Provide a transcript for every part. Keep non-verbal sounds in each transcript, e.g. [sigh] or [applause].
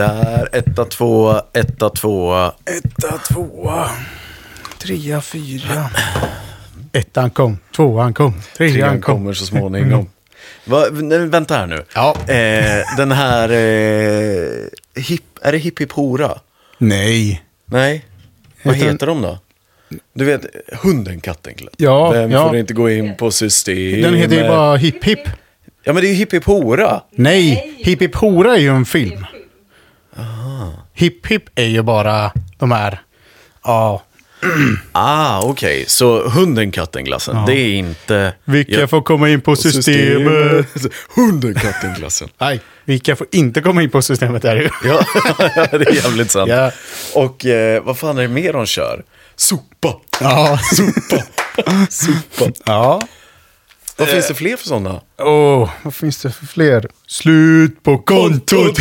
Där, etta, tvåa, etta, tvåa. Etta, tvåa, trea, fyra. Ettan kom, tvåan kom, trean, Trean kom. Mm. kommer så småningom. Va, nej, vänta här nu. Ja. Eh, den här... Eh, hip, är det Hipp Hipp Hora? Nej. Nej. Vad Heter den- heter de då? Du vet, hunden, katten, klätt. Ja, Vem ja. får inte gå in på system? Den heter ju bara Hipp Hipp. Ja, men det är ju Hipp Hipp Hora. Nej, Hipp Hipp Hora är ju en film. Hipp Hipp är ju bara de här, ja, Ah, okej. Så hunden, katten, glassen. Det är inte... vilka Ja, får komma in på systemet? [laughs] hunden, katten, glassen. Nej, vilka får inte komma in på systemet är det ju. Ja, [laughs] det är jävligt sant. Ja. Och eh, vad fan är det mer de kör? Sopa, [laughs] Ja. sopa, sopa. ja. Vad finns det Eh. fler för sådana? Åh, vad finns det för fler? Slut på kontot!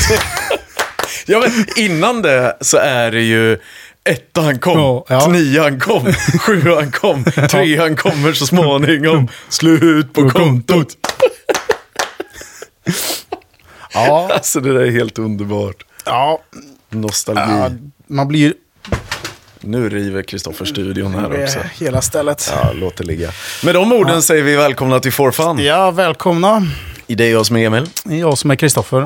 [laughs] ja, men innan det så är det ju ettan kom, Ja, ja. nian [laughs] kom, sjuan kom, trean kommer så [laughs] småningom, slut på På kontot. Ja, Alltså det där är helt underbart. ja. Nostalgi. ja man blir Nu river Kristoffer studion här också. eh, hela stället. Ja, låt det ligga. Med de orden säger vi välkomna till For Fun. Ja, välkomna. I det är jag som är Emil. Det är Jag som är Kristoffer.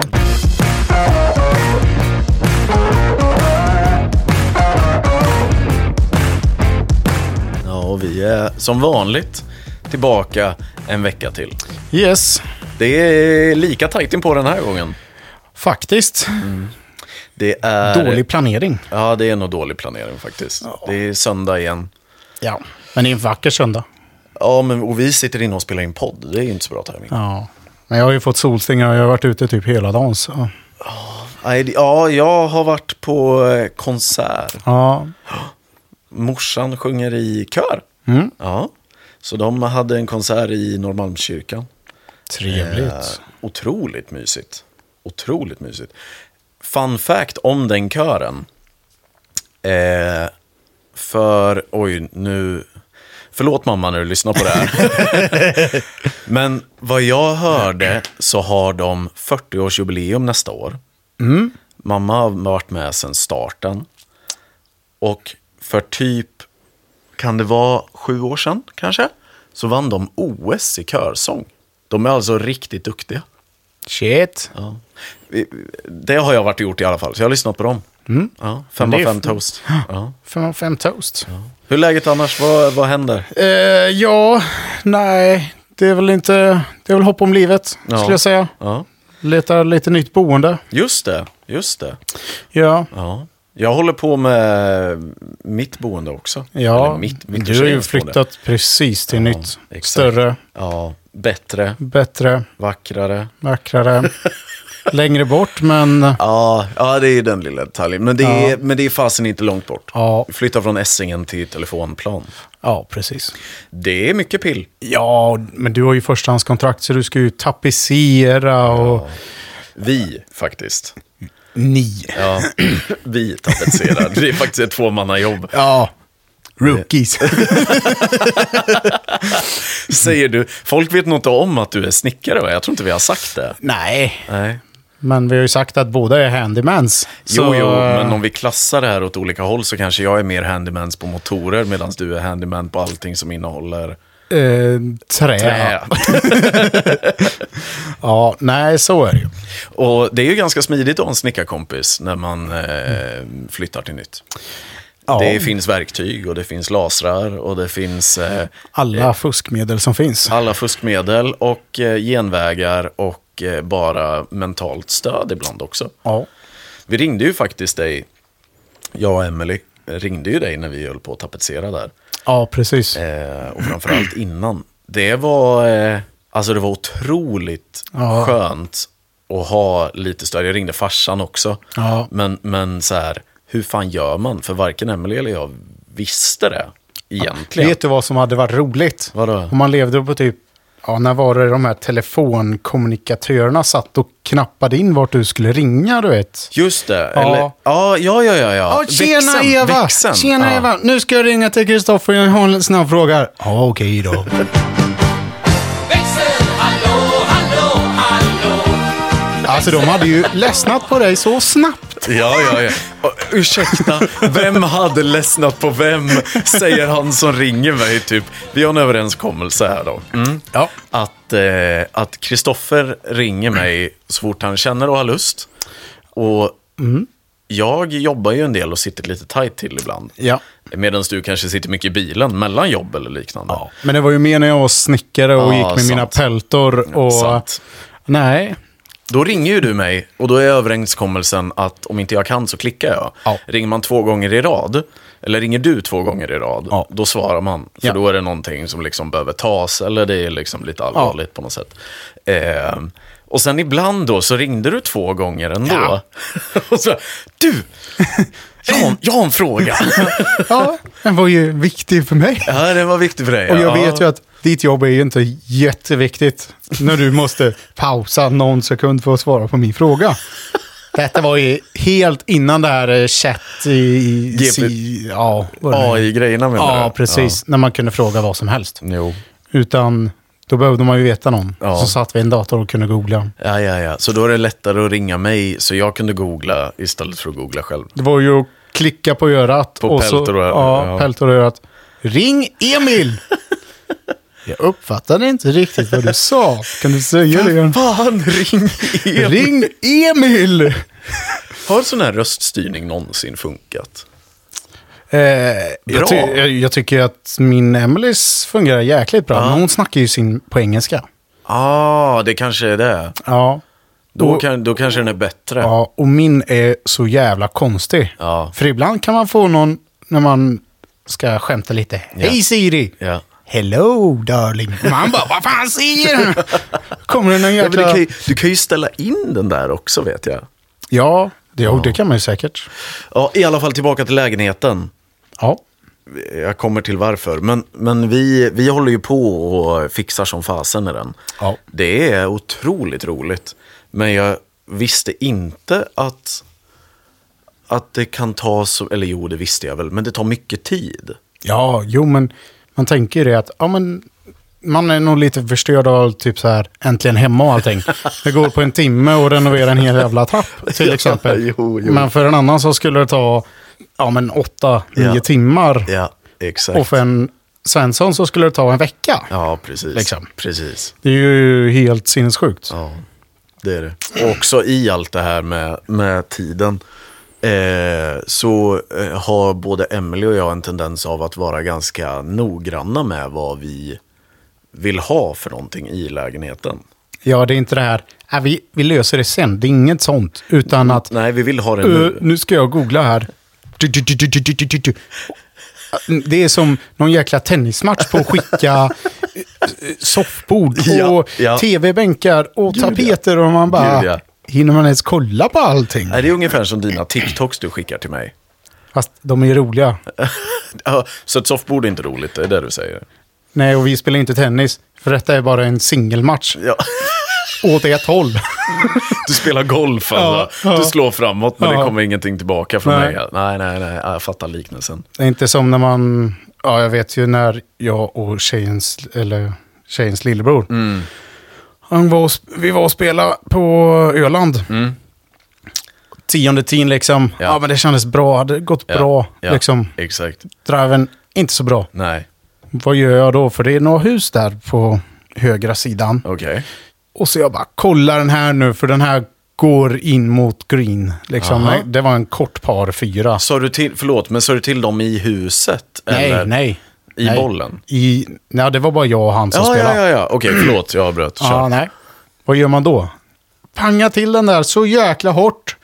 Ja, och vi är som vanligt tillbaka en vecka till. Yes, Det är lika tajt in på den här gången. faktiskt. Det Mm. är... Dålig planering. Ja, det är nog dålig planering faktiskt. Det är söndag igen. Ja, men det är en vacker söndag. Ja, men och vi sitter inne och spelar in podd. Det är ju inte så bra timing. Ja. Men jag har ju fått solsting och jag har varit ute typ hela dagen. Så. Nej, det- Ja, jag har varit på eh, konsert. Ja. Morsan sjunger i kör. Mm. Ja, så de hade en konsert i Norrmalmskyrkan. Trevligt. Eh, otroligt mysigt. Otroligt mysigt. Fun fact om den kören. Eh, för, oj, nu... Förlåt mamma nu, lyssna på det här. Men vad jag hörde så har de 40-årsjubileum nästa år. Mamma har varit med sedan starten. Och för typ, kan det vara sju år sedan kanske? Så vann de OS i körsång. De är alltså riktigt duktiga. Shit. Ja. Vi- Det har jag varit och gjort i alla fall, så jag har lyssnat på dem. Ja, fem Mm. Men av det är fem f- toast. Ja. Fem av fem toast. Hur är läget annars? Vad, vad händer? Eh, ja, nej. Det är väl inte... Det är väl hopp om livet, Ja. skulle jag säga. Ja. Letar lite nytt boende. Just det, just det. Ja. Ja. Jag håller på med mitt boende också. Ja, Eller mitt, mitt du har ju tjejens boende. flyttat precis till nytt. exakt. Större, Ja, bättre, bättre, vackrare. [laughs] vackrare. Längre bort, men Ja, ja, det är ju den lilla detaljen. Men det, är, men det är fasen inte långt bort. Ja. Flytta från Essingen till telefonplan. ja, precis. Det är mycket pill. Ja, men du har ju förstahandskontrakt så du ska ju tapetsera och... Vi, faktiskt. Ni. Ja, [clears throat] vi tapetserar. Det är faktiskt ett tvåmannajobb. [laughs] Ja. Rookies. [laughs] Säger du, folk vet nog inte om att du är snickare va? Jag tror inte vi har sagt det. Nej, Nej. men vi har ju sagt att båda är handymans. Jo, så- eh, jo, men om vi klassar det här åt olika håll så kanske jag är mer handymans på motorer medan du är handyman på allting som innehåller Eh, trä. trä. Ja, nej, så är det ju. [laughs] Och det är ju ganska smidigt att ha en snickarkompis när man eh, flyttar till nytt. Ja, Det finns verktyg och det finns lasrar och det finns eh, alla fuskmedel som finns. alla fuskmedel och eh, genvägar och eh, bara mentalt stöd ibland också. Ja. Vi ringde ju faktiskt dig, jag och Emily ringde ju dig när vi höll på att tapetsera där. ja, precis. Eh, och [clears throat] framförallt innan. Det var, eh, alltså det var otroligt Ja. skönt att ha lite stöd. Jag ringde farsan också. Ja. Men, men så här, hur fan gör man? För varken Emily eller jag visste det egentligen. Vet du vad som hade varit roligt? Vadå? Om man levde på typ, ja när var det de här telefonkommunikatörerna satt och knappade in vart du skulle ringa du vet. Just det. Ja. Eller, ja, ja, ja, ja. ja. Ja, tjena Växeln, Eva! växeln. Tjena Ja. Eva! Nu ska jag ringa till Kristoffer, jag har en snabb fråga. Ja, okej då. Växel, hallå, hallå, hallå. Alltså de hade ju ledsnat på dig så snabbt. Ja, ja, ja. Och, ursäkta, vem hade ledsnat på vem? Säger han som ringer mig, typ. Vi har en överenskommelse här då. Mm. Ja. Att eh, att Kristoffer ringer mig så fort han känner och har lust. Och Mm. jag jobbar ju en del och sitter lite tajt till ibland. Ja. Medan du kanske sitter mycket i bilen mellan jobb eller liknande. Men det var ju mer när jag var snickare och Ja, gick med sant. mina peltor och... Sant. Nej. Då ringer ju du mig och då är överenskommelsen att om inte jag kan så klickar jag. Ja. Ringer man två gånger i rad, eller ringer du två gånger i rad, Ja. då svarar man. För Ja. då är det någonting som liksom behöver tas eller det är liksom lite allvarligt på något sätt. Ehm, och sen ibland då så ringde du två gånger ändå. Ja. [laughs] och så, du, jag har, en- jag har en [laughs] fråga. Ja, den var ju viktig för mig. ja, den var viktig för dig. Och jag ja. vet ju att ditt jobb är ju inte jätteviktigt när du måste pausa någon sekund för att svara på min fråga. Detta var ju helt innan det här eh, chatt i... i GP. si- ja, vad det nu är. AI-grejerna menar du? ja, precis. När man kunde fråga vad som helst. Ja. Jo. Utan då behövde man ju veta någon. Ja. Så satt vi i en dator och kunde googla. Ja, ja, ja. Så då är det lättare att ringa mig så jag kunde googla istället för att googla själv. Det var ju att klicka på örat. På och så, peltor och- ja, ja. peltor och örat. Ring [laughs] Emil! Jag uppfattade inte riktigt vad du sa. Kan du säga det igen? Fan, ring Emil. Ring Emil! Har sån här röststyrning någonsin funkat? Eh, jag, ty jag, jag tycker att min Emelies fungerar jäkligt bra. Men hon snackar ju sin på engelska. Ja, ah, det kanske är det. Ja. Då, Och- kan, då kanske den är bättre. ja. Och min är så jävla konstig. Ja. För ibland kan man få någon när man ska skämta lite. Hej Siri! Ja. Hello darling. Man bara, vad fan säger [laughs] du? Kommer det någon Ja, men du, jäkla... kan ju, du kan ju ställa in den där också, vet jag. Ja, det, jo, det kan man ju säkert. Ja, I alla fall tillbaka till lägenheten. Ja. Jag kommer till varför. Men, men vi, vi håller ju på och fixar som fasen i den. Ja. Det är otroligt roligt. Men jag visste inte att, att det kan ta så... Eller jo, det visste jag väl. Men det tar mycket tid. Ja, jo men man tänker ju det att ja, men, man är nog lite förstörd av typ så här äntligen hemma och allting. Det går på en timme och renovera en hel jävla trapp till Ja, exempel. jo, jo. Men för en annan så skulle det ta ja, men åtta, Ja. nio timmar. Ja, exakt. Och för en Svensson så skulle det ta en vecka. Ja, precis. Liksom. Precis. Det är ju helt sinnessjukt. Ja, det är det. Och också i allt det här med, med tiden. Eh, så eh, har både Emily och jag en tendens av att vara ganska noggranna med vad vi vill ha för någonting i lägenheten. Ja, det är inte det här, "Ah, vi, vi löser det sen. Det är inget sånt. Utan att Nej, vi vill ha det nu. nu. Eh, nu ska jag googla här. Du, du, du, du, du, du, du, du. Det är som någon jäkla tennismatch på att skicka eh, soffbord och Ja, ja. tv-bänkar och Gud, ja. tapeter och man bara... Gud, ja. Hinner man ens kolla på allting? Nej, det är ungefär som dina TikToks du skickar till mig. [laughs] Fast de är roliga. Ja, Så ett soffbord är inte roligt, det är det du säger. Nej, och vi spelar inte tennis. För detta är bara en singelmatch [laughs] Ja. åt E ett håll. Du spelar golf alltså. Ja, ja. Du slår framåt men Ja. det kommer ingenting tillbaka från Nej. mig. Nej, nej, nej. Ja, Jag fattar liknelsen. Det är inte som när man... Ja, jag vet ju när jag och tjejens, eller tjejens lillebror. Mm. Han var och, sp- vi var och spelade på Öland. Tionde tin liksom. Ja. Mm. Ja. men det kändes bra. Hade gått Ja, bra. ja, Liksom. Exakt. Driven, inte så bra. Nej, Vad gör jag då? För det är några hus där på högra sidan. okej. Och så jag bara, kolla den här nu. För den här går in mot green. Liksom. Aha. Nej, Det var en kort par fyra. Sa du till, förlåt, men sa du till dem i huset? eller? Nej, nej. I nej. bollen? I, nej, det var bara jag och han som Ja, spelade. ja, ja, ja. Okej, förlåt, jag avbröt. Kör. Ja, nej. Vad gör man då? Panga till den där så jäkla hårt.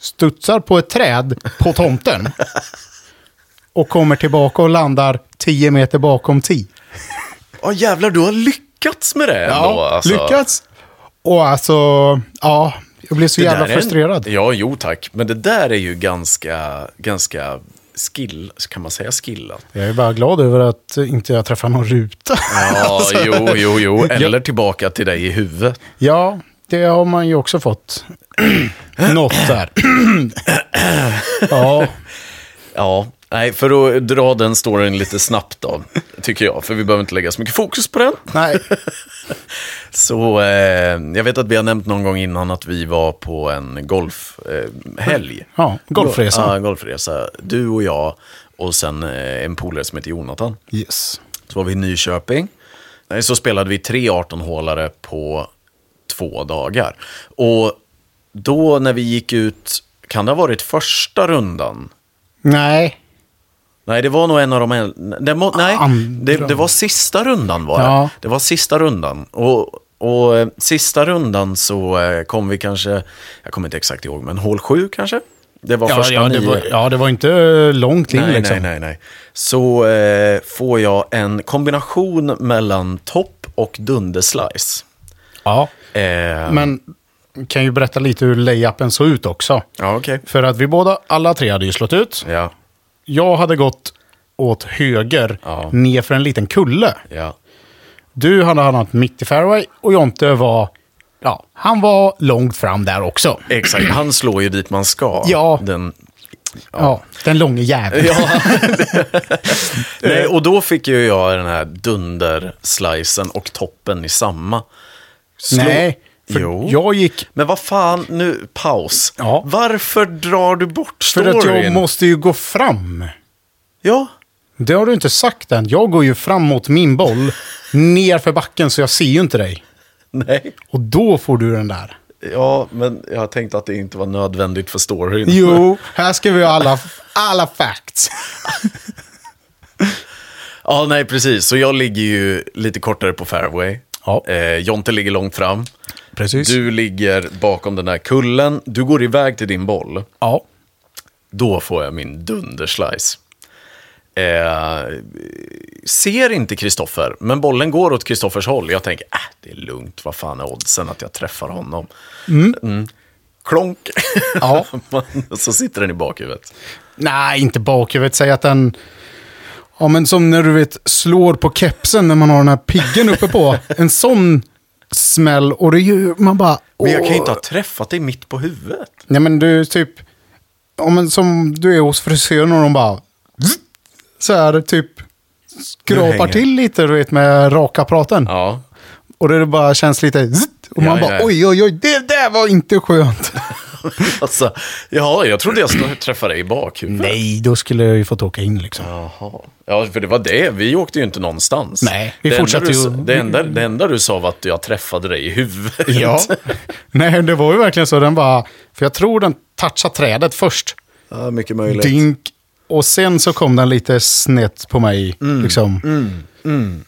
Studsar på ett träd [laughs] på tomten. och kommer tillbaka och landar 10 meter bakom 10. Ja, jävlar, du har lyckats med det ändå. alltså. lyckats. Och alltså, ja, jag blev så Det jävla där är en- frustrerad. Ja, jo tack. Men det där är ju ganska, ganska skill, kan man säga skillat? Jag är bara glad över att inte jag träffar någon ruta. [laughs] Alltså. Ja, jo, jo, jo. Eller tillbaka till dig i huvudet. Ja, det har man ju också fått. [clears throat] Något där. [clears throat] ja, Ja, Nej, för att dra den storyn lite snabbt då, tycker jag. För vi behöver inte lägga så mycket fokus på den. Nej. Så eh, jag vet att vi har nämnt någon gång innan att vi var på en golfhelg. Eh, helg. Ja, golfresa. Ja, golfresa. Du och jag och sen eh, en polare som heter Jonathan. Yes. Så var vi i Nyköping. Nej, Så spelade vi tre 18-hålare på två dagar. Och då när vi gick ut, kan det ha varit första rundan? Nej. Nej, det var nog en av de... äl- Det må, nej, det, det var sista rundan var det. Ja. Det var sista rundan. Och, och eh, sista rundan så eh, kom vi kanske, jag kommer inte exakt ihåg, men hål sju kanske? Det var Ja, första ja, det nio. var, ja, det var inte långt in nej, liksom. nej, nej, nej. Så eh, får jag en kombination mellan topp och dunderslice. Ja. Eh, Men kan ju berätta lite hur layupen såg ut också. Ja, okej. För att vi båda, alla tre hade ju slått ut. Ja, Jag hade gått åt höger, Ja. ner för en liten kulle. ja. Du hade hamnat mitt i fairway och Jonte var, ja, han var långt fram där också. Exakt, han slår ju dit man ska. Ja. Den, Ja, den långa jäveln. [laughs] Ja. Nej, och då fick ju jag den här dunderslicen och toppen i samma. Slå- Nej, för Jo. jag gick, Men vad fan, nu paus. Ja. Varför drar du bort för storyn? att jag måste ju gå fram. Ja, Det har du inte sagt än. Jag går ju fram mot min boll, ner för backen så jag ser ju inte dig. nej. Och då får du den där. Ja, men jag tänkte att det inte var nödvändigt för storyn. Jo, [laughs] här ska vi ha alla, alla facts. Ja, nej, precis. Så jag ligger ju lite kortare på fairway. Ja. Eh, Jonte ligger långt fram. Precis. Du ligger bakom den här kullen. Du går iväg till din boll. Ja. Då får jag min dunderslice. Eh, ser inte Kristoffer, men bollen går åt Kristoffers håll. Jag tänker, äh, det är lugnt, vad fan är oddsen att jag träffar honom? Mm. Klonk, ja. Man- [laughs] så sitter den i bakhuvudet. Nej, inte bakhuvudet. Säg att den... Ja, men som när du vet slår på kepsen när man har den här piggen uppe på. En sån smäll och det gör man bara... Men jag kan ju åh. inte ha träffat dig mitt på huvudet. Nej, men du typ... Ja, men som du är hos frisören och de bara... zzz, Så här typ Nu hänger skrapar jag. till lite du vet med raka praten. Ja, [laughs] Och det bara känns lite... zzz, Och man Ja, bara ja, ja. oj, oj, oj, det där var inte skönt. alltså, ja jag trodde jag skulle träffa dig i bakhuvudet. [laughs] Nej, då skulle jag ju fått åka in liksom. Jaha. Ja, för det var det. Vi åkte ju inte någonstans. Nej, vi det fortsatte enda du, ju- sa- Det enda, det enda du sa var att jag träffade dig i huvudet. Ja. [laughs] Nej, det var ju verkligen så. Den bara... För jag tror den touchade trädet först. Ja, mycket möjligt. Dink. Och sen så kom den lite snett på mig. Liksom.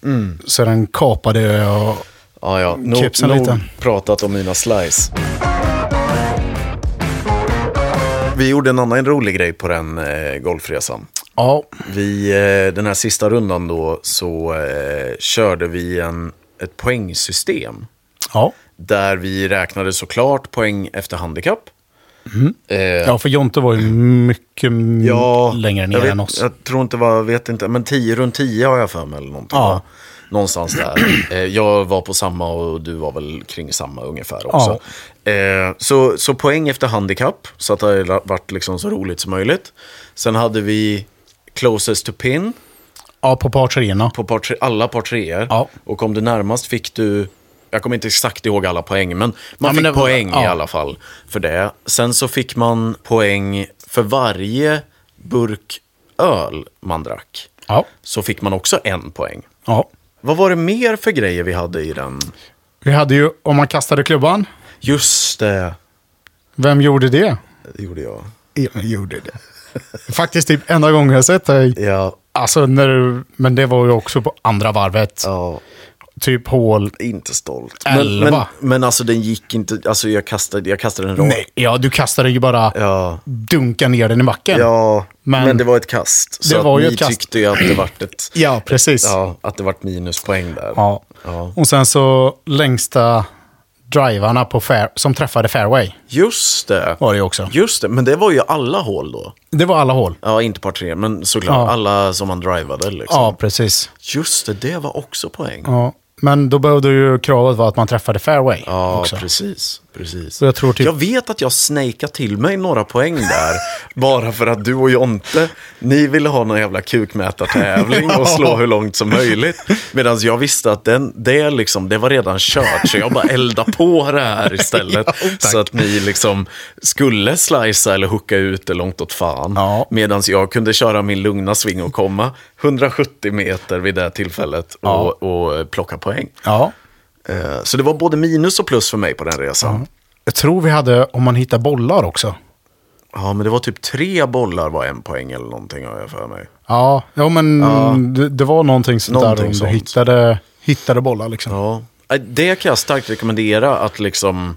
Mm. Så den kapade och... Ja, ja. Nog, Kepsen nog lite. pratat om mina slice. Vi gjorde en annan rolig grej på den eh, golfresan. Ja. Vi, eh, den här sista rundan då så eh, körde vi en, ett poängsystem. Ja. Där vi räknade såklart poäng efter handikapp. Eh, ja, för Jonte var ju mycket Ja, längre ner jag vet, än oss. Jag tror inte, vad, vet inte, men 10 runt 10 har jag för mig eller någonting. Ja. va? Någonstans där. [clears throat] Eh, Jag var på samma och du var väl kring samma ungefär också. Eh, Så, så poäng efter handikapp, så att det har varit liksom så roligt som möjligt. Sen hade vi closest to pin Ja, på par treorna. på par tre, alla par treor. Ja. Och om du närmast fick du, jag kommer inte exakt ihåg alla poäng, men man men fick det var- poäng i ja. alla fall för det. Sen så fick man poäng för varje burk öl man drack. Ja. Så fick man också en poäng. ja. Vad var det mer för grejer vi hade i den? Vi hade ju, om man kastade klubban, Just det, vem gjorde det? det gjorde jag. Jag gjorde det. [laughs] Faktiskt typ enda gången jag sett dig. Ja, Alltså, när du, men det var ju också på andra varvet. ja Typ hål inte stolt. Men, men, Elva. men alltså den gick inte, alltså jag kastade, jag kastade den rakt. Nej, ja, du kastade ju bara Ja. dunka ner den i backen. Ja, men, Men- det var ett kast. Så Det att var ju ni ett kast. tyckte ju att det vart [clears throat] ett... Ja, precis. Ja. Ja, att det vart minuspoäng där. Ja. Och sen så längsta drivarna på fair, som träffade fairway Just det. var det ju också. Just det, men det var ju alla hål då. Det var alla hål. Ja, inte par tre, men såklart Ja. alla som man drivade liksom. Ja, precis. Just det, det var också poäng. Ja. Men då behövde ju kravet vara att man träffade fairway Ja, också. precis. Precis. Och jag tror typ- jag vet att jag snakeade till mig några poäng där. [laughs] bara för att du och Jonte, ni ville ha någon jävla kukmätartävling och [laughs] slå hur långt som möjligt. Medan jag visste att den, det, liksom, det var redan kört, så jag bara eldade på det här [laughs] istället. så att ni liksom skulle slicea eller hooka ut det långt åt fan. Ja. Medan jag kunde köra min lugna sving och komma 170 meter vid det här tillfället och, och plocka poäng. Ja. Eh, Så det var både minus och plus för mig på den resan. Jag tror vi hade, om man hittar bollar också. Ja, men det var typ tre bollar var en poäng eller någonting har jag för mig. Ja, ja men Det, det var någonting sånt där Någonting om du sånt. hittade, hittade bollar liksom. Ja. Eh, Det kan jag starkt rekommendera att liksom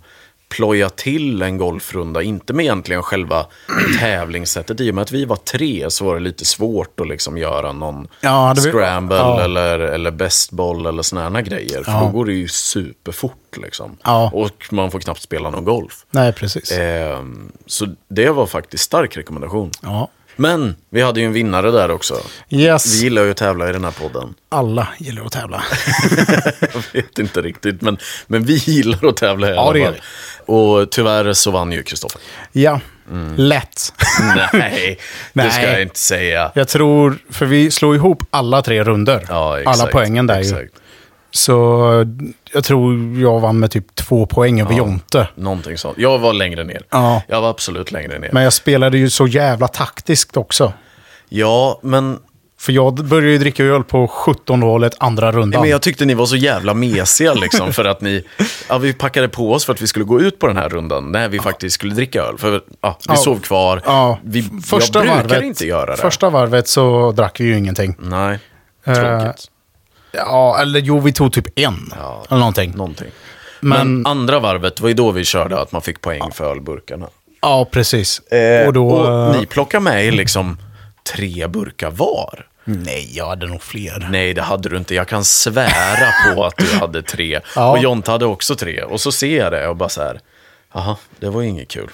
ploja till en golfrunda. Inte med egentligen själva [clears throat] tävlingssättet. I och med att vi var tre så var det lite svårt att liksom göra någon Ja, hade vi- scramble ja. eller, eller best ball eller såna här grejer. För då går det ju superfort liksom. Ja. Och man får knappt spela någon golf. Nej, precis. Ehm, så det var faktiskt stark rekommendation. Ja. Men vi hade ju en vinnare där också. Vi Yes, gillar ju att tävla i den här podden. alla gillar [laughs] att tävla. [laughs] Jag vet inte riktigt, men, men vi gillar att tävla i Ja, det alla gör fall. Och tyvärr så vann ju [laughs] Kristoffer. ja, Mm. lätt. [laughs] Nej, det ska Nej. jag inte säga. Jag tror, för vi slår ihop alla tre runder. Ja, exakt, alla poängen där ju. exakt. Så jag tror jag vann med typ två poäng över Jonte. Någonting sånt. Jag var längre ner. Ja. Jag var absolut längre ner. Men jag spelade ju så jävla taktiskt också. Ja, men För jag började ju dricka öl på 17 hålet andra rundan. Nej, men jag tyckte ni var så jävla mesiga liksom, för att ni, ja, vi packade på oss för att vi skulle gå ut på den här rundan när vi faktiskt skulle dricka öl. För ja, vi Ja. sov kvar, vi, jag brukar inte göra det. Första varvet så drack vi ju ingenting. Nej, Eh, tråkigt. Ja, eller jo, vi tog typ en. Ja. Eller någonting. Någonting. Men, Men- andra varvet var ju då vi körde att man fick poäng för ölburkarna. Ja, precis. och då... Eh, eh, och ni plockade med er liksom tre burkar var. Nej, jag hade nog fler. Nej, det hade du inte. Jag kan [laughs] svära på att du hade tre. Ja. Och Jonte hade också tre. Och så ser jag det och bara så här, jaha, det var ju inget [laughs] kul.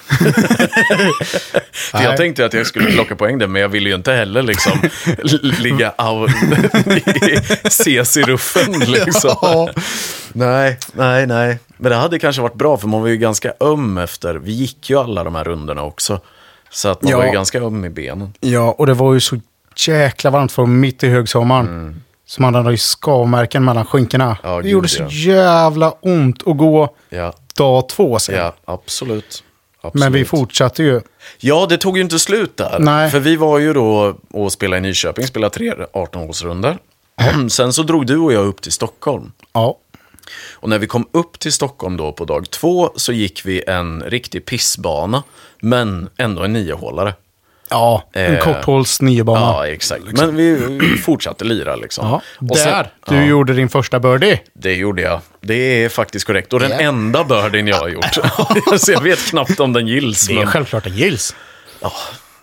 För jag Nej. tänkte ju att jag skulle plocka poäng där, men jag ville ju inte heller [laughs] liksom l- ligga out, ses i ruffen liksom. [laughs] Ja. Nej, nej, nej. Men det hade kanske varit bra, för man var ju ganska öm efter, vi gick ju alla de här rundorna också. Så att man Ja. var ju ganska öm i benen. Ja, och det var ju så jäkla varmt för mitt i högsommaren. Så man hade ju skavmärken mellan skinkorna. Mm. Ja, det gud, gjorde ja. så jävla ont att gå Ja, dag två sen. ja absolut. absolut. Men vi fortsatte ju. Ja, det tog ju inte slut där. Nej. För vi var ju då och spelade i Nyköping, spelade tre 18-hålsrundor. [clears throat] Sen så drog du och jag upp till Stockholm. Ja. Och när vi kom upp till Stockholm då på dag två så gick vi en riktig pissbana, men ändå en niohålare. Ja, en Eh. korthåls niobana. Ja, exakt. Men vi vi fortsatte lira liksom. liksom. Ja, Och Där! sen- du Ja, gjorde din första birdie. det gjorde jag. Det är faktiskt korrekt. Och den Ja. enda birdien jag har [laughs] gjort. [laughs] så jag vet knappt om den gills. Men... självklart en gills. Ja,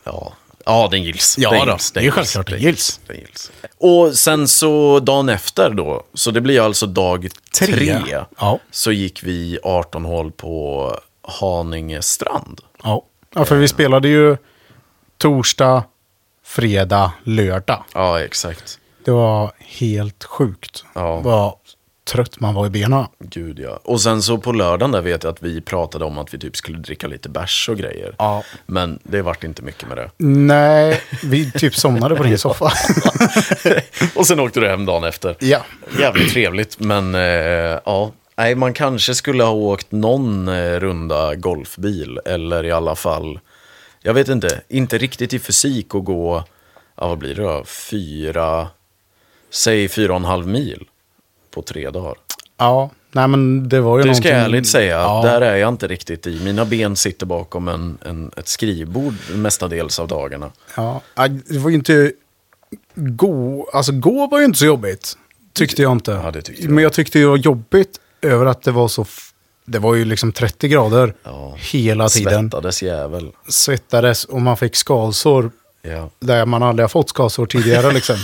ja. ja den gills. Ja den då, gills, det är den ju självklart den gills. Den gills. Och sen så dagen efter då, så det blir alltså dag tre, Tre, ja. så gick vi 18 hål på Haninge strand. Ja. ja, för vi spelade ju torsdag, fredag, lördag. Ja, exakt. Det var helt sjukt. Ja. Vad trött man var i benen. Gud ja. Och sen så på lördagen där vet jag att vi pratade om att vi typ skulle dricka lite bärs och grejer. Ja. Men det vart inte mycket med det. [laughs] Nej, vi typ somnade på din [laughs] soffa. och sen åkte du hem dagen efter. ja. Jävligt trevligt, men eh, ja. Nej, man kanske skulle ha åkt någon eh, runda golfbil, eller i alla fall, jag vet inte, inte riktigt i fysik och gå, ja vad blir det då, fyra, säg fyra och en halv mil på tre dagar. ja, nej men det var ju Det någonting. ska jag ärligt säga, Ja. där är jag inte riktigt i. Mina ben sitter bakom en, en, ett skrivbord mestadels av dagarna. Ja. Ja, Det var ju inte... Gå, alltså gå var ju inte så jobbigt. Tyckte jag inte. Ja, det tyckte jag. Men jag tyckte det var jobbigt över att det var så... f- Det var ju liksom 30 grader Ja. hela tiden. Svettades jävel. Svettades och man fick skalsår Ja. [laughs] där man aldrig har fått skalsår tidigare liksom.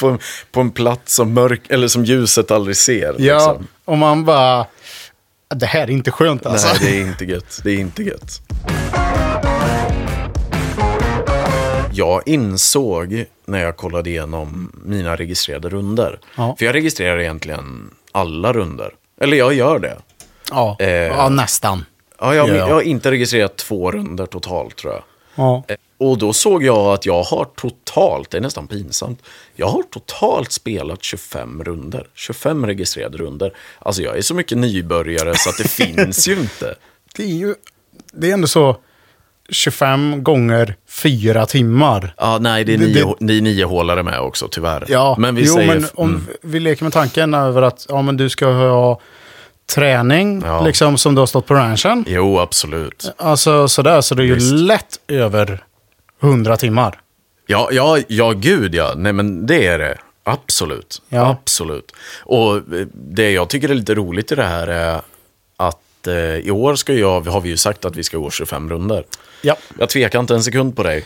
på, en- på en plats som, mörk, eller som ljuset aldrig ser. ja, liksom. och man bara... Det här är inte skönt alltså. Nej, det är inte gött. Det är inte gött. Jag insåg när jag kollade igenom mina registrerade runder. Ja. För jag registrerar egentligen alla runder. Eller jag gör det. Ja, Eh. ja nästan. Ja, jag, Ja. jag har inte registrerat två runder totalt tror jag. Ja. Eh, Och då såg jag att jag har totalt, det är nästan pinsamt, jag har totalt spelat 25 runder. 25 registrerade runder. Alltså jag är så mycket nybörjare så [laughs] att det finns ju inte. Det är ju det är ändå så 25 gånger 4 timmar. Ja, nej, det är Det- det- nio, det... nio hålare med också tyvärr. Ja, men vi jo, säger... mm. men om vi leker med tanken över att ja, men du ska ha träning, Ja. liksom som du har stått på ranchen. Jo, absolut. Alltså sådär, så det är ju Visst. lätt över 100 timmar. Ja, ja, ja, gud ja. Nej, men det är det. Absolut. Ja. Absolut. Och eh, det jag tycker är lite roligt i det här är att eh, i år ska jag, har vi ju sagt att vi ska gå 25 runder. Ja. Jag tvekar inte en sekund på dig.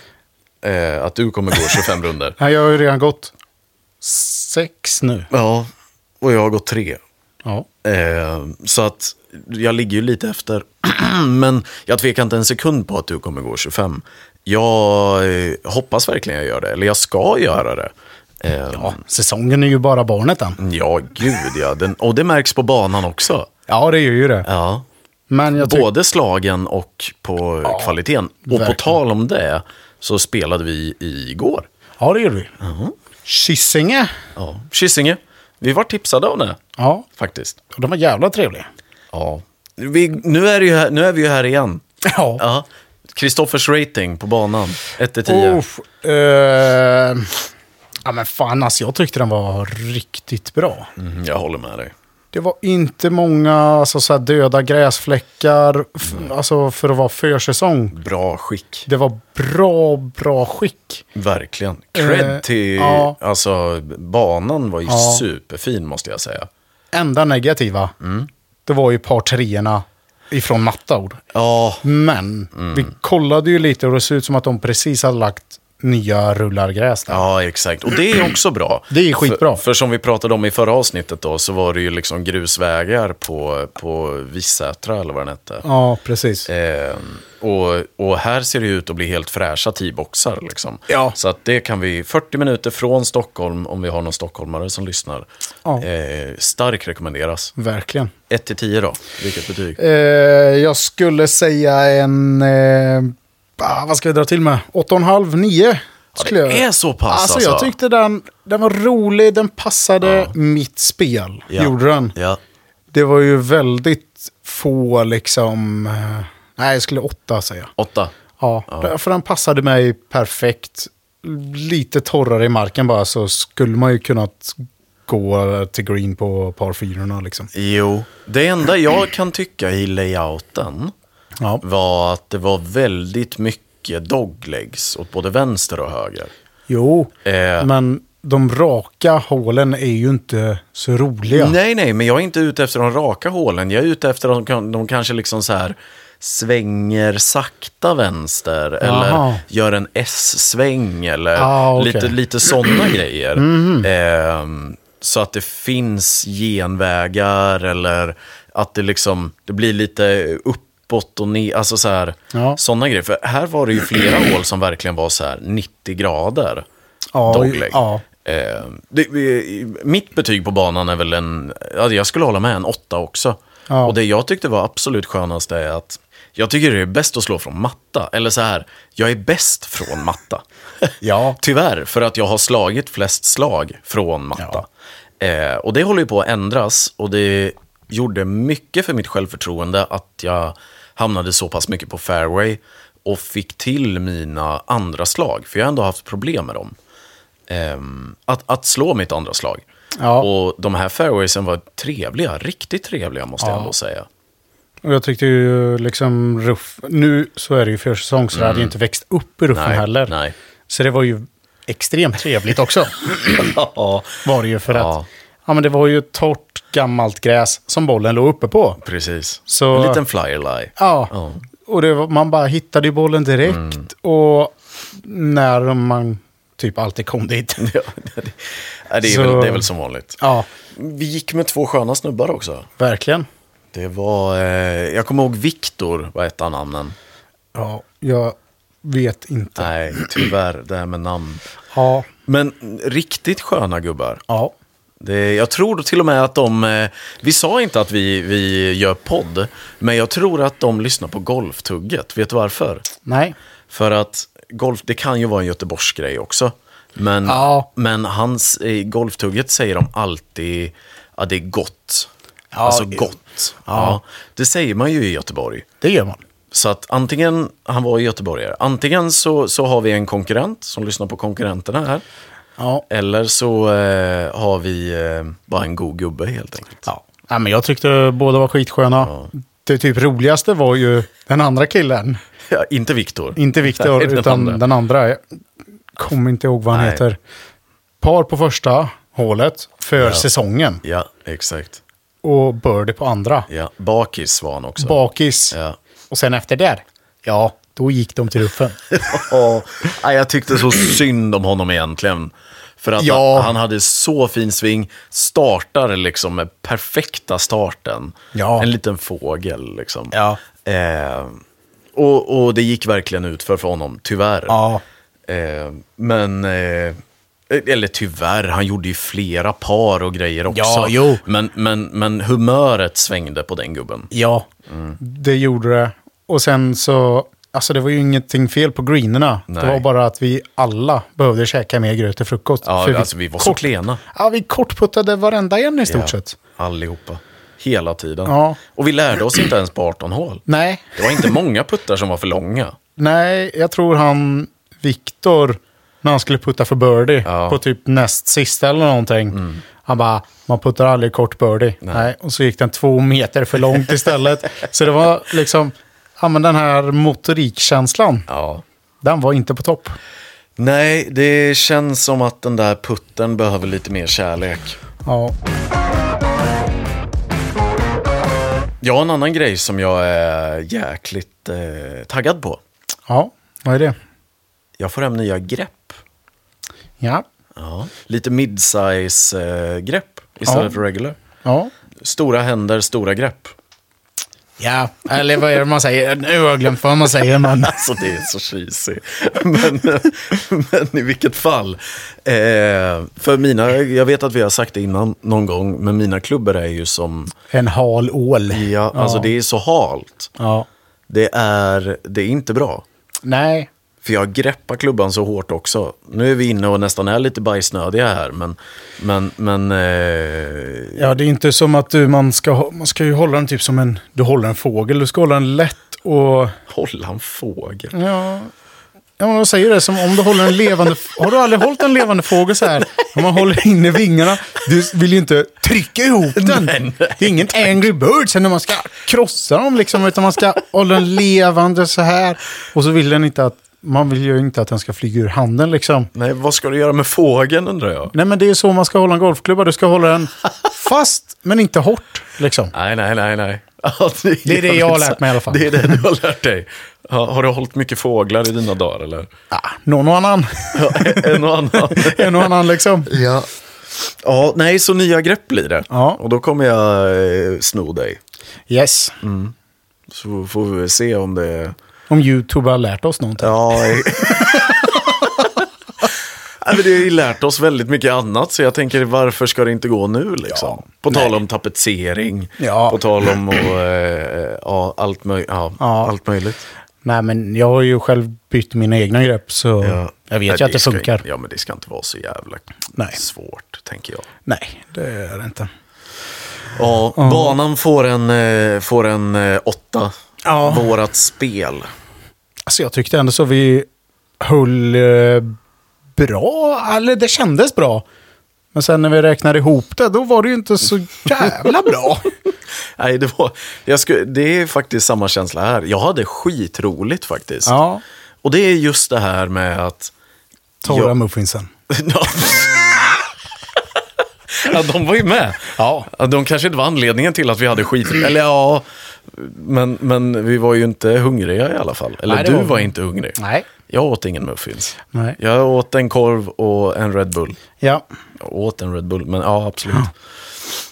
Eh, att du kommer gå 25 [laughs] runder. Nej, Jag har ju redan gått sex nu. Ja, och jag har gått tre. Ja. Eh, så att jag ligger ju lite efter. [clears throat] Men jag tvekar inte en sekund på att du kommer gå 25. Jag eh, hoppas verkligen jag gör det, eller jag ska göra det. Eh, ja. ja, säsongen är ju bara barnet Mm. än. gud ja. Den, och det märks på banan också. Ja, det är ju det. Ja. Men jag tycker... Både slagen och på kvaliteten. Och verkligen. på tal om det så spelade vi igår. Ja, det gör vi. Kyssinge. Ja. Kissinge. Vi var tipsade av det, Ja, faktiskt. och de var jävla trevliga. Ja. Vi, nu, är det ju här, nu är vi ju här igen. Ja. Oh. Ja. Kristoffers rating på banan, 1-10. Uff, eh, ja, men fan alltså, jag tyckte den var riktigt bra. Mm, jag håller med dig. Det var inte många alltså, så här, döda gräsfläckar, f- alltså för att vara försäsong. Bra skick. Det var bra, bra skick. Verkligen. Cred Eh, till... ja. Alltså, banan var ju Ja. superfin, måste jag säga. Enda negativa, Mm. det var ju par treorna ifrån Mattaord. Ja, Men Mm. vi kollade ju lite och det ser ut som att de precis har lagt nya rullar gräs där. ja exakt. Och det är också bra. Det är skitbra. För, för som vi pratade om i förra avsnittet då, så var det ju liksom grusvägar på, på Vissätra, eller vad den hette. Ja, precis. Eh, och, och här ser det ut att bli helt fräscha T-boxar. Liksom. Ja. Så att det kan vi, 40 minuter från Stockholm, om vi har någon stockholmare som lyssnar, Ja. eh, starkt rekommenderas. Verkligen. 1-10 då, vilket betyg? Eh, jag skulle säga en... Eh, ah, vad ska vi dra till med? 8,5, 9 skulle jag... det är så pass, alltså, Jag alltså. tyckte den, den var rolig, den passade Ja. mitt spel. Ja. Gjorde den. Ja. Det var ju väldigt få liksom... eh, Nej, jag skulle 8 säga. 8. Ja, för den passade mig perfekt. Lite torrare i marken bara så skulle man ju kunnat gå till green på par fyrorna liksom. Jo, det enda jag kan tycka i layouten Ja. var att det var väldigt mycket doglegs åt både vänster och höger. Jo, Eh. men de raka hålen är ju inte så roliga. Nej, nej, men jag är inte ute efter de raka hålen. Jag är ute efter de, kan- de kanske liksom så här svänger sakta vänster Jaha. eller gör en S-sväng eller Ah, okej. Mhm. lite, lite sådana grejer. Ehm, så att det finns genvägar eller att det liksom det blir lite uppåt och ner, alltså så här, Ja. sådana grejer. För här var det ju flera hål som verkligen var så här 90 grader Ja, dogleg. ja. Eh, det, eh, mitt betyg på banan är väl en, ja, jag skulle hålla med en åtta också. Ja. Och det jag tyckte var absolut skönast är att jag tycker det är bäst att slå från matta. Eller så här, jag är bäst från matta. [laughs] Ja. Tyvärr, för att jag har slagit flest slag från matta. Eh, och det håller ju på att ändras och det gjorde mycket för mitt självförtroende att jag hamnade så pass mycket på fairway och fick till mina andra slag, för jag har ändå haft problem med dem. Ehm, att, att slå mitt andra slag. Ja. Och de här fairwaysen var trevliga, riktigt trevliga måste jag ändå säga. Och jag tyckte ju liksom ruff, nu så är det ju försäsong så det hade ju inte växt upp i ruffen Mm. Nej, heller. nej. Så det var ju extremt [laughs] trevligt också. [laughs] Ja, var det ju för Ja. att ja, men det var ju torrt gammalt gräs som bollen låg uppe på. precis. Så- En liten flyerlie. Ja, Ja. Mm. och det var, man bara hittade ju bollen direkt och när man typ alltid [laughs] kom dit. [laughs] Ja, det, ja, det, är Så- väl, det är väl som vanligt. Ja, Vi gick med två sköna snubbar också. verkligen. Det var, eh, jag kommer ihåg Viktor var ett av namnen. Ja, jag vet inte. Nej, tyvärr, det här med namn. Ja, Men riktigt sköna gubbar. ja. Det, jag tror till och med att de, eh, vi sa inte att vi, vi gör podd, men jag tror att de lyssnar på golftugget. Vet du varför? Nej. För att golf, det kan ju vara en Göteborgsgrej också. Men, Ja. men hans, i golftugget säger de alltid att det är gott. Ja, alltså det- gott. Ja. Det säger man ju i Göteborg. Det gör man. Så att antingen, han var ju göteborgare, antingen så, så har vi en konkurrent som lyssnar på konkurrenterna här. Ja. Eller så eh, har vi eh, bara en god gubbe helt enkelt. Ja. Nej, men jag tyckte båda var skitsköna. Det typ roligaste var ju den andra killen. Ja, inte Viktor. Inte [laughs] Viktor, Nej, den utan andra. den andra. Jag kommer inte ihåg vad han Nej. heter. Par på första hålet för säsongen. Ja, exakt. Och birdie på andra. Ja, bakis var han också. Bakis. ja. Och sen efter det, ja, då gick de till ruffen. [laughs] Ja, nej, jag tyckte så synd om honom egentligen. För att Ja. han, han hade så fin sving, startade liksom med perfekta starten. Ja. En liten fågel liksom. Ja. Eh, och, och det gick verkligen ut för, för honom, tyvärr. Ja. Eh, men, eh, eller tyvärr, han gjorde ju flera par och grejer också. Ja, jo. Men, men, men humöret svängde på den gubben. Ja, Mm. det gjorde det. Och sen så, alltså det var ju ingenting fel på greenerna. Nej. Det var bara att vi alla behövde käka mer gröt till frukost. Ja, För alltså vi var så klena. Ja, vi kortputtade varenda en i stort sett. Allihopa. Hela tiden. Ja. Och vi lärde oss inte ens på 18 hål. Nej, Det var inte många puttar som var för långa. nej, jag tror han, Viktor, när han skulle putta för birdie Ja. Mm. på typ näst sista eller någonting. Han bara, man puttar aldrig kort birdie. Nej. Och så gick den två meter för långt istället. [laughs] så det var liksom, ja men den här motorikkänslan, Ja. den var inte på topp. Nej, det känns som att den där putten behöver lite mer kärlek. Ja. Jag har en annan grej som jag är jäkligt eh, taggad på. Ja, vad är det? Jag får hem nya grepp. Ja. Ja. Lite midsize eh, grepp istället Ja. för regular. Ja. Stora händer, stora grepp. Ja, eller vad är det man säger? Nu har jag glömt vad man säger, men... Alltså det är så cheesy. [laughs] Men, men i vilket fall. Eh, för mina, jag vet att vi har sagt det innan någon gång, men mina klubbor är ju som, [laughs] En hal ål. ja, alltså det är så halt. Ja. Det är, det är inte bra. Nej. För jag greppar klubban så hårt också. Nu är vi inne och nästan är lite bajsnödiga här, men, men, men eh, Ja, det är inte som att du, man ska, ha- man ska ju hålla den typ som en... Du håller en fågel, du ska hålla den lätt och... hålla en fågel. Ja. Ja, men de säger det som om du håller en levande... Har du aldrig hållit en levande fågel så här? Om man håller inne vingarna. Du vill ju inte trycka ihop [laughs] den. Nej, nej, det är ingen Angry Birds när man ska krossa dem liksom. Utan man ska hålla den levande så här. Och så vill den inte att... Man vill ju inte att den ska flyga ur handen liksom. Nej, vad ska du göra med fågeln undrar jag? Nej men det är så man ska hålla en golfklubba. Du ska hålla den fast men inte hårt liksom. Nej, nej, nej, nej. [laughs] Ja, liksom- Det är det jag har lärt mig i alla fall. Det är det du har lärt dig. Ja, har du hållit mycket fåglar i dina dagar eller? Ah, någon och annan. [laughs] Ja, en och annan. en och annan liksom. ja. ja, nej, så nya grepp blir det. Ja. Och då kommer jag eh, sno dig. Yes. Så får vi väl se om det... Om YouTube har lärt oss någonting. Ja, eh. [laughs] Nej, men det har ju lärt oss väldigt mycket annat, så jag tänker varför ska det inte gå nu liksom? Ja, på tal nej. om tapetsering, Ja. på tal om och, eh, ja, allt, möj- ja, Ja. allt möjligt. Nej, men jag har ju själv bytt mina egna grepp så jag vet Nej, ju att det ska- funkar. ja, men det ska inte vara så jävla Nej. svårt, tänker jag. Nej, det är det inte. Ja, banan får en, eh, får en eh, åtta. Ja. Vårat spel. Alltså jag tyckte ändå så vi höll eh, bra, eller det kändes bra. Men sen när vi räknade ihop det, då var det ju inte så [laughs] jävla bra. Nej, det, var, jag skulle, det är faktiskt samma känsla här. Jag hade skitroligt faktiskt. Ja, Och det är just det här med att... torra Ja. muffinsen. Ja. ja, de var ju med. Ja. Ja, De kanske inte var anledningen till att vi hade skit. Eller ja, men, men vi var ju inte hungriga i alla fall. Eller Nej, det du var... var- inte hungrig. Nej. Jag åt ingen muffins. Nej. Jag åt en korv och en Red Bull. Ja. Jag åt en Red Bull, men ja, absolut.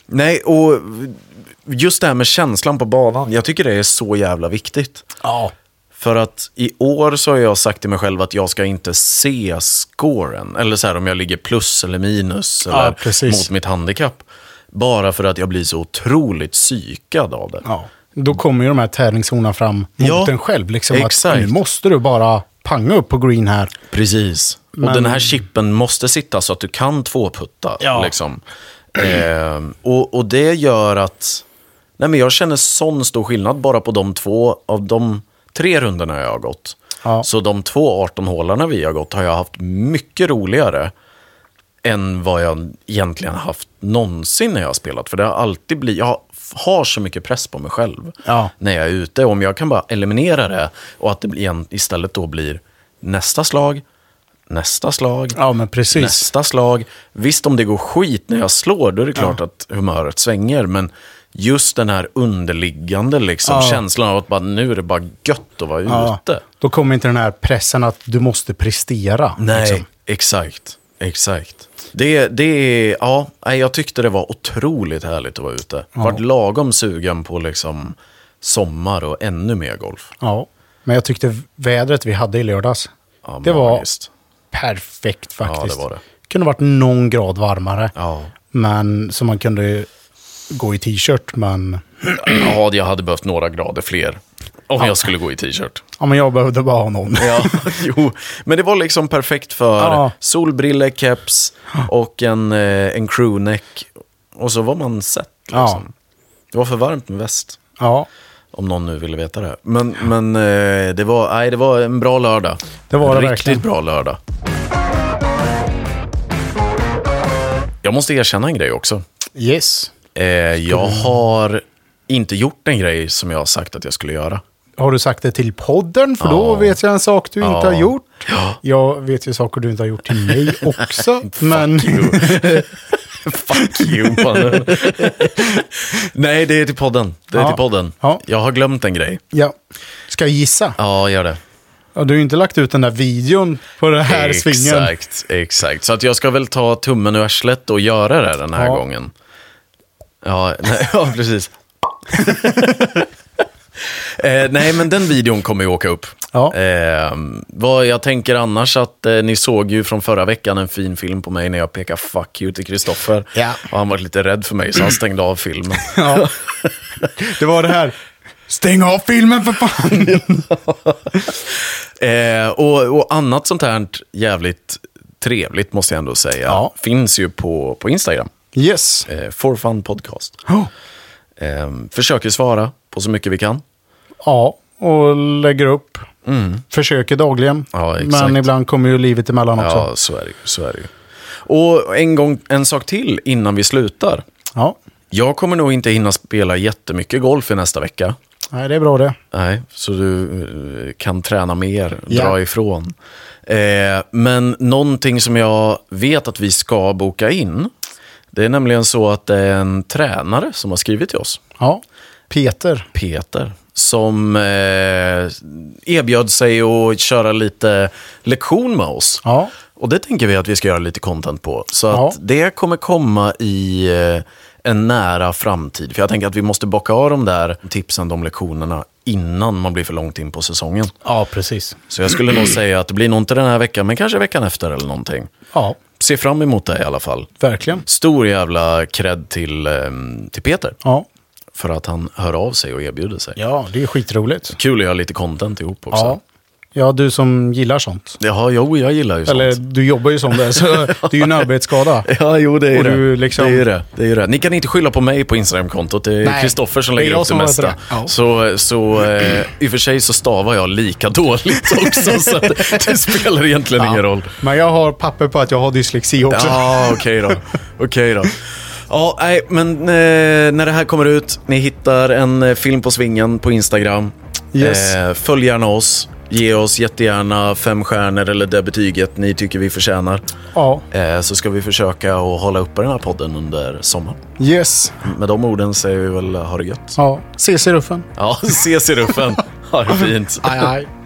Nej, och just det här med känslan på banan. Jag tycker det är så jävla viktigt. Ja. För att i år så har jag sagt till mig själv att jag ska inte se scoren. Eller så här om jag ligger plus eller minus Ja, eller precis. mot mitt handikapp. Bara för att jag blir så otroligt psykad av det. Ja. Då kommer ju de här tävlingshornen fram mot Ja, en själv. Liksom exakt. Att, nu måste du bara panga upp på green här. Precis. Och Men- den här chippen måste sitta så att du kan tvåputta. Ja. Liksom. Ehm, och, och det gör att... Nej, men jag känner sån stor skillnad bara på de två av de tre rundorna jag har gått. Ja. Så de två 18-hålarna vi har gått har jag haft mycket roligare än vad jag egentligen haft någonsin när jag har spelat. För det har alltid blivit, jag har så mycket press på mig själv Ja. när jag är ute. Om jag kan bara eliminera det och att det blir en- istället då blir nästa slag, nästa slag, Ja, men precis. nästa slag. Visst, om det går skit när jag slår, då är det klart att humöret svänger. Men just den här underliggande liksom, Ja. känslan av att bara, nu är det bara gött att vara Ja. ute. Då kommer inte den här pressen att du måste prestera. Nej, liksom. exakt. Exakt. Det, det är, ja, nej, jag tyckte det var otroligt härligt att vara ute. Vart lagom sugen på liksom sommar och ännu mer golf. Ja. Men jag tyckte vädret vi hade i lördags, Ja, det var magiskt. perfekt faktiskt. det var det. kunde varit någon grad varmare. Ja. Men så man kunde gå i t-shirt. Men, ja, jag hade behövt några grader fler om jag skulle gå i t-shirt. ja, men jag behövde bara ha någon. Ja, [laughs] jo. Men det var liksom perfekt för Ja. solbriller, keps och en, eh, en crewneck. Och så var man sett. Liksom. Ja. Det var för varmt med väst. Ja, Om någon nu ville veta det. Men, men eh, det, var, nej, det var en bra lördag. Det var det Riktigt verkligen. bra lördag. Jag måste erkänna en grej också. yes. Eh, jag har inte gjort en grej som jag har sagt att jag skulle göra. Har du sagt det till podden? För då Ja. vet jag en sak du inte Ja. har gjort. Jag vet ju saker du inte har gjort till mig [laughs] också. men Fuck you, mannen. [laughs] Nej, det är till podden. Det är Ja. till podden. Ja. Jag har glömt en grej. [laughs] ja. ska jag gissa? Ja, gör det. Ja, du har ju inte lagt ut den där videon på den här svingen. [laughs] Exakt, exakt. Så att jag ska väl ta tummen ur arslet och göra det den här Ja. gången. Ja, [laughs] nej, ja precis. eh, nej, men den videon kommer ju åka upp. Ja. Eh, vad jag tänker annars att eh, ni såg ju från förra veckan en fin film på mig när jag pekade fuck you till Kristoffer. Ja. Och han var lite rädd för mig så han stängde av filmen. Ja. Det var det här. Stäng av filmen för fan! Eh, och, och annat sånt här jävligt trevligt måste jag ändå säga. Ja. Finns ju på, på Instagram. Yes. Eh, For Fun Podcast. Oh. Eh, försöker svara på så mycket vi kan. Ja, och lägger upp. Försöker dagligen. Mm. Ja, exakt. men ibland kommer ju livet emellan också. Ja, så är det, ju, så är det ju. Och en, gång, en sak till innan vi slutar. Ja. Jag kommer nog inte hinna spela jättemycket golf i nästa vecka. Nej, det är bra det. Nej, så du eh, kan träna mer, Ja. dra ifrån. Eh, men någonting som jag vet att vi ska boka in, det är nämligen så att det är en tränare som har skrivit till oss, Ja. Peter. Peter, som eh, erbjöd sig att köra lite lektion med oss. Ja. Och det tänker vi att vi ska göra lite content på. Så Ja. att det kommer komma i eh, en nära framtid. För jag tänker att vi måste bocka av de där tipsen, de lektionerna, innan man blir för långt in på säsongen. Ja, precis. Så jag skulle nog säga att det blir nog inte den här veckan, men kanske veckan efter eller någonting. Ja, Se fram emot det i alla fall. verkligen. Stor jävla cred till, ehm, till Peter Ja. för att han hör av sig och erbjuder sig. Ja, det är skitroligt. Kul att göra lite content ihop också. Ja. ja, du som gillar sånt. Jaha, jo, jag gillar ju sånt. Eller du jobbar ju som det, så det är [laughs] ju en arbetsskada. Ja, jo det är Och det. du liksom- Det, är det. det är det. Ni kan inte skylla på mig på Instagram-kontot. Det är Nej, Kristoffer som det är lägger jag upp det som har varit mesta. det. Ja. Så, så eh, i och för sig så stavar jag lika [laughs] dåligt också, så att det spelar egentligen ingen roll. Men jag har papper på att jag har dyslexi också. Ja, okej då. Okej då. Ja, nej, men eh, när det här kommer ut, ni hittar en eh, film på svingen på Instagram. Yes. Eh, följ gärna oss. Ge oss jättegärna fem stjärnor eller det betyget ni tycker vi förtjänar. Ja. Eh, så ska vi försöka att hålla uppe den här podden under sommaren. Yes. Med de orden säger vi väl ha det gött. [laughs] Ja. Ses i ruffen. Ja, ses i ruffen. Ha det fint. Aj, aj.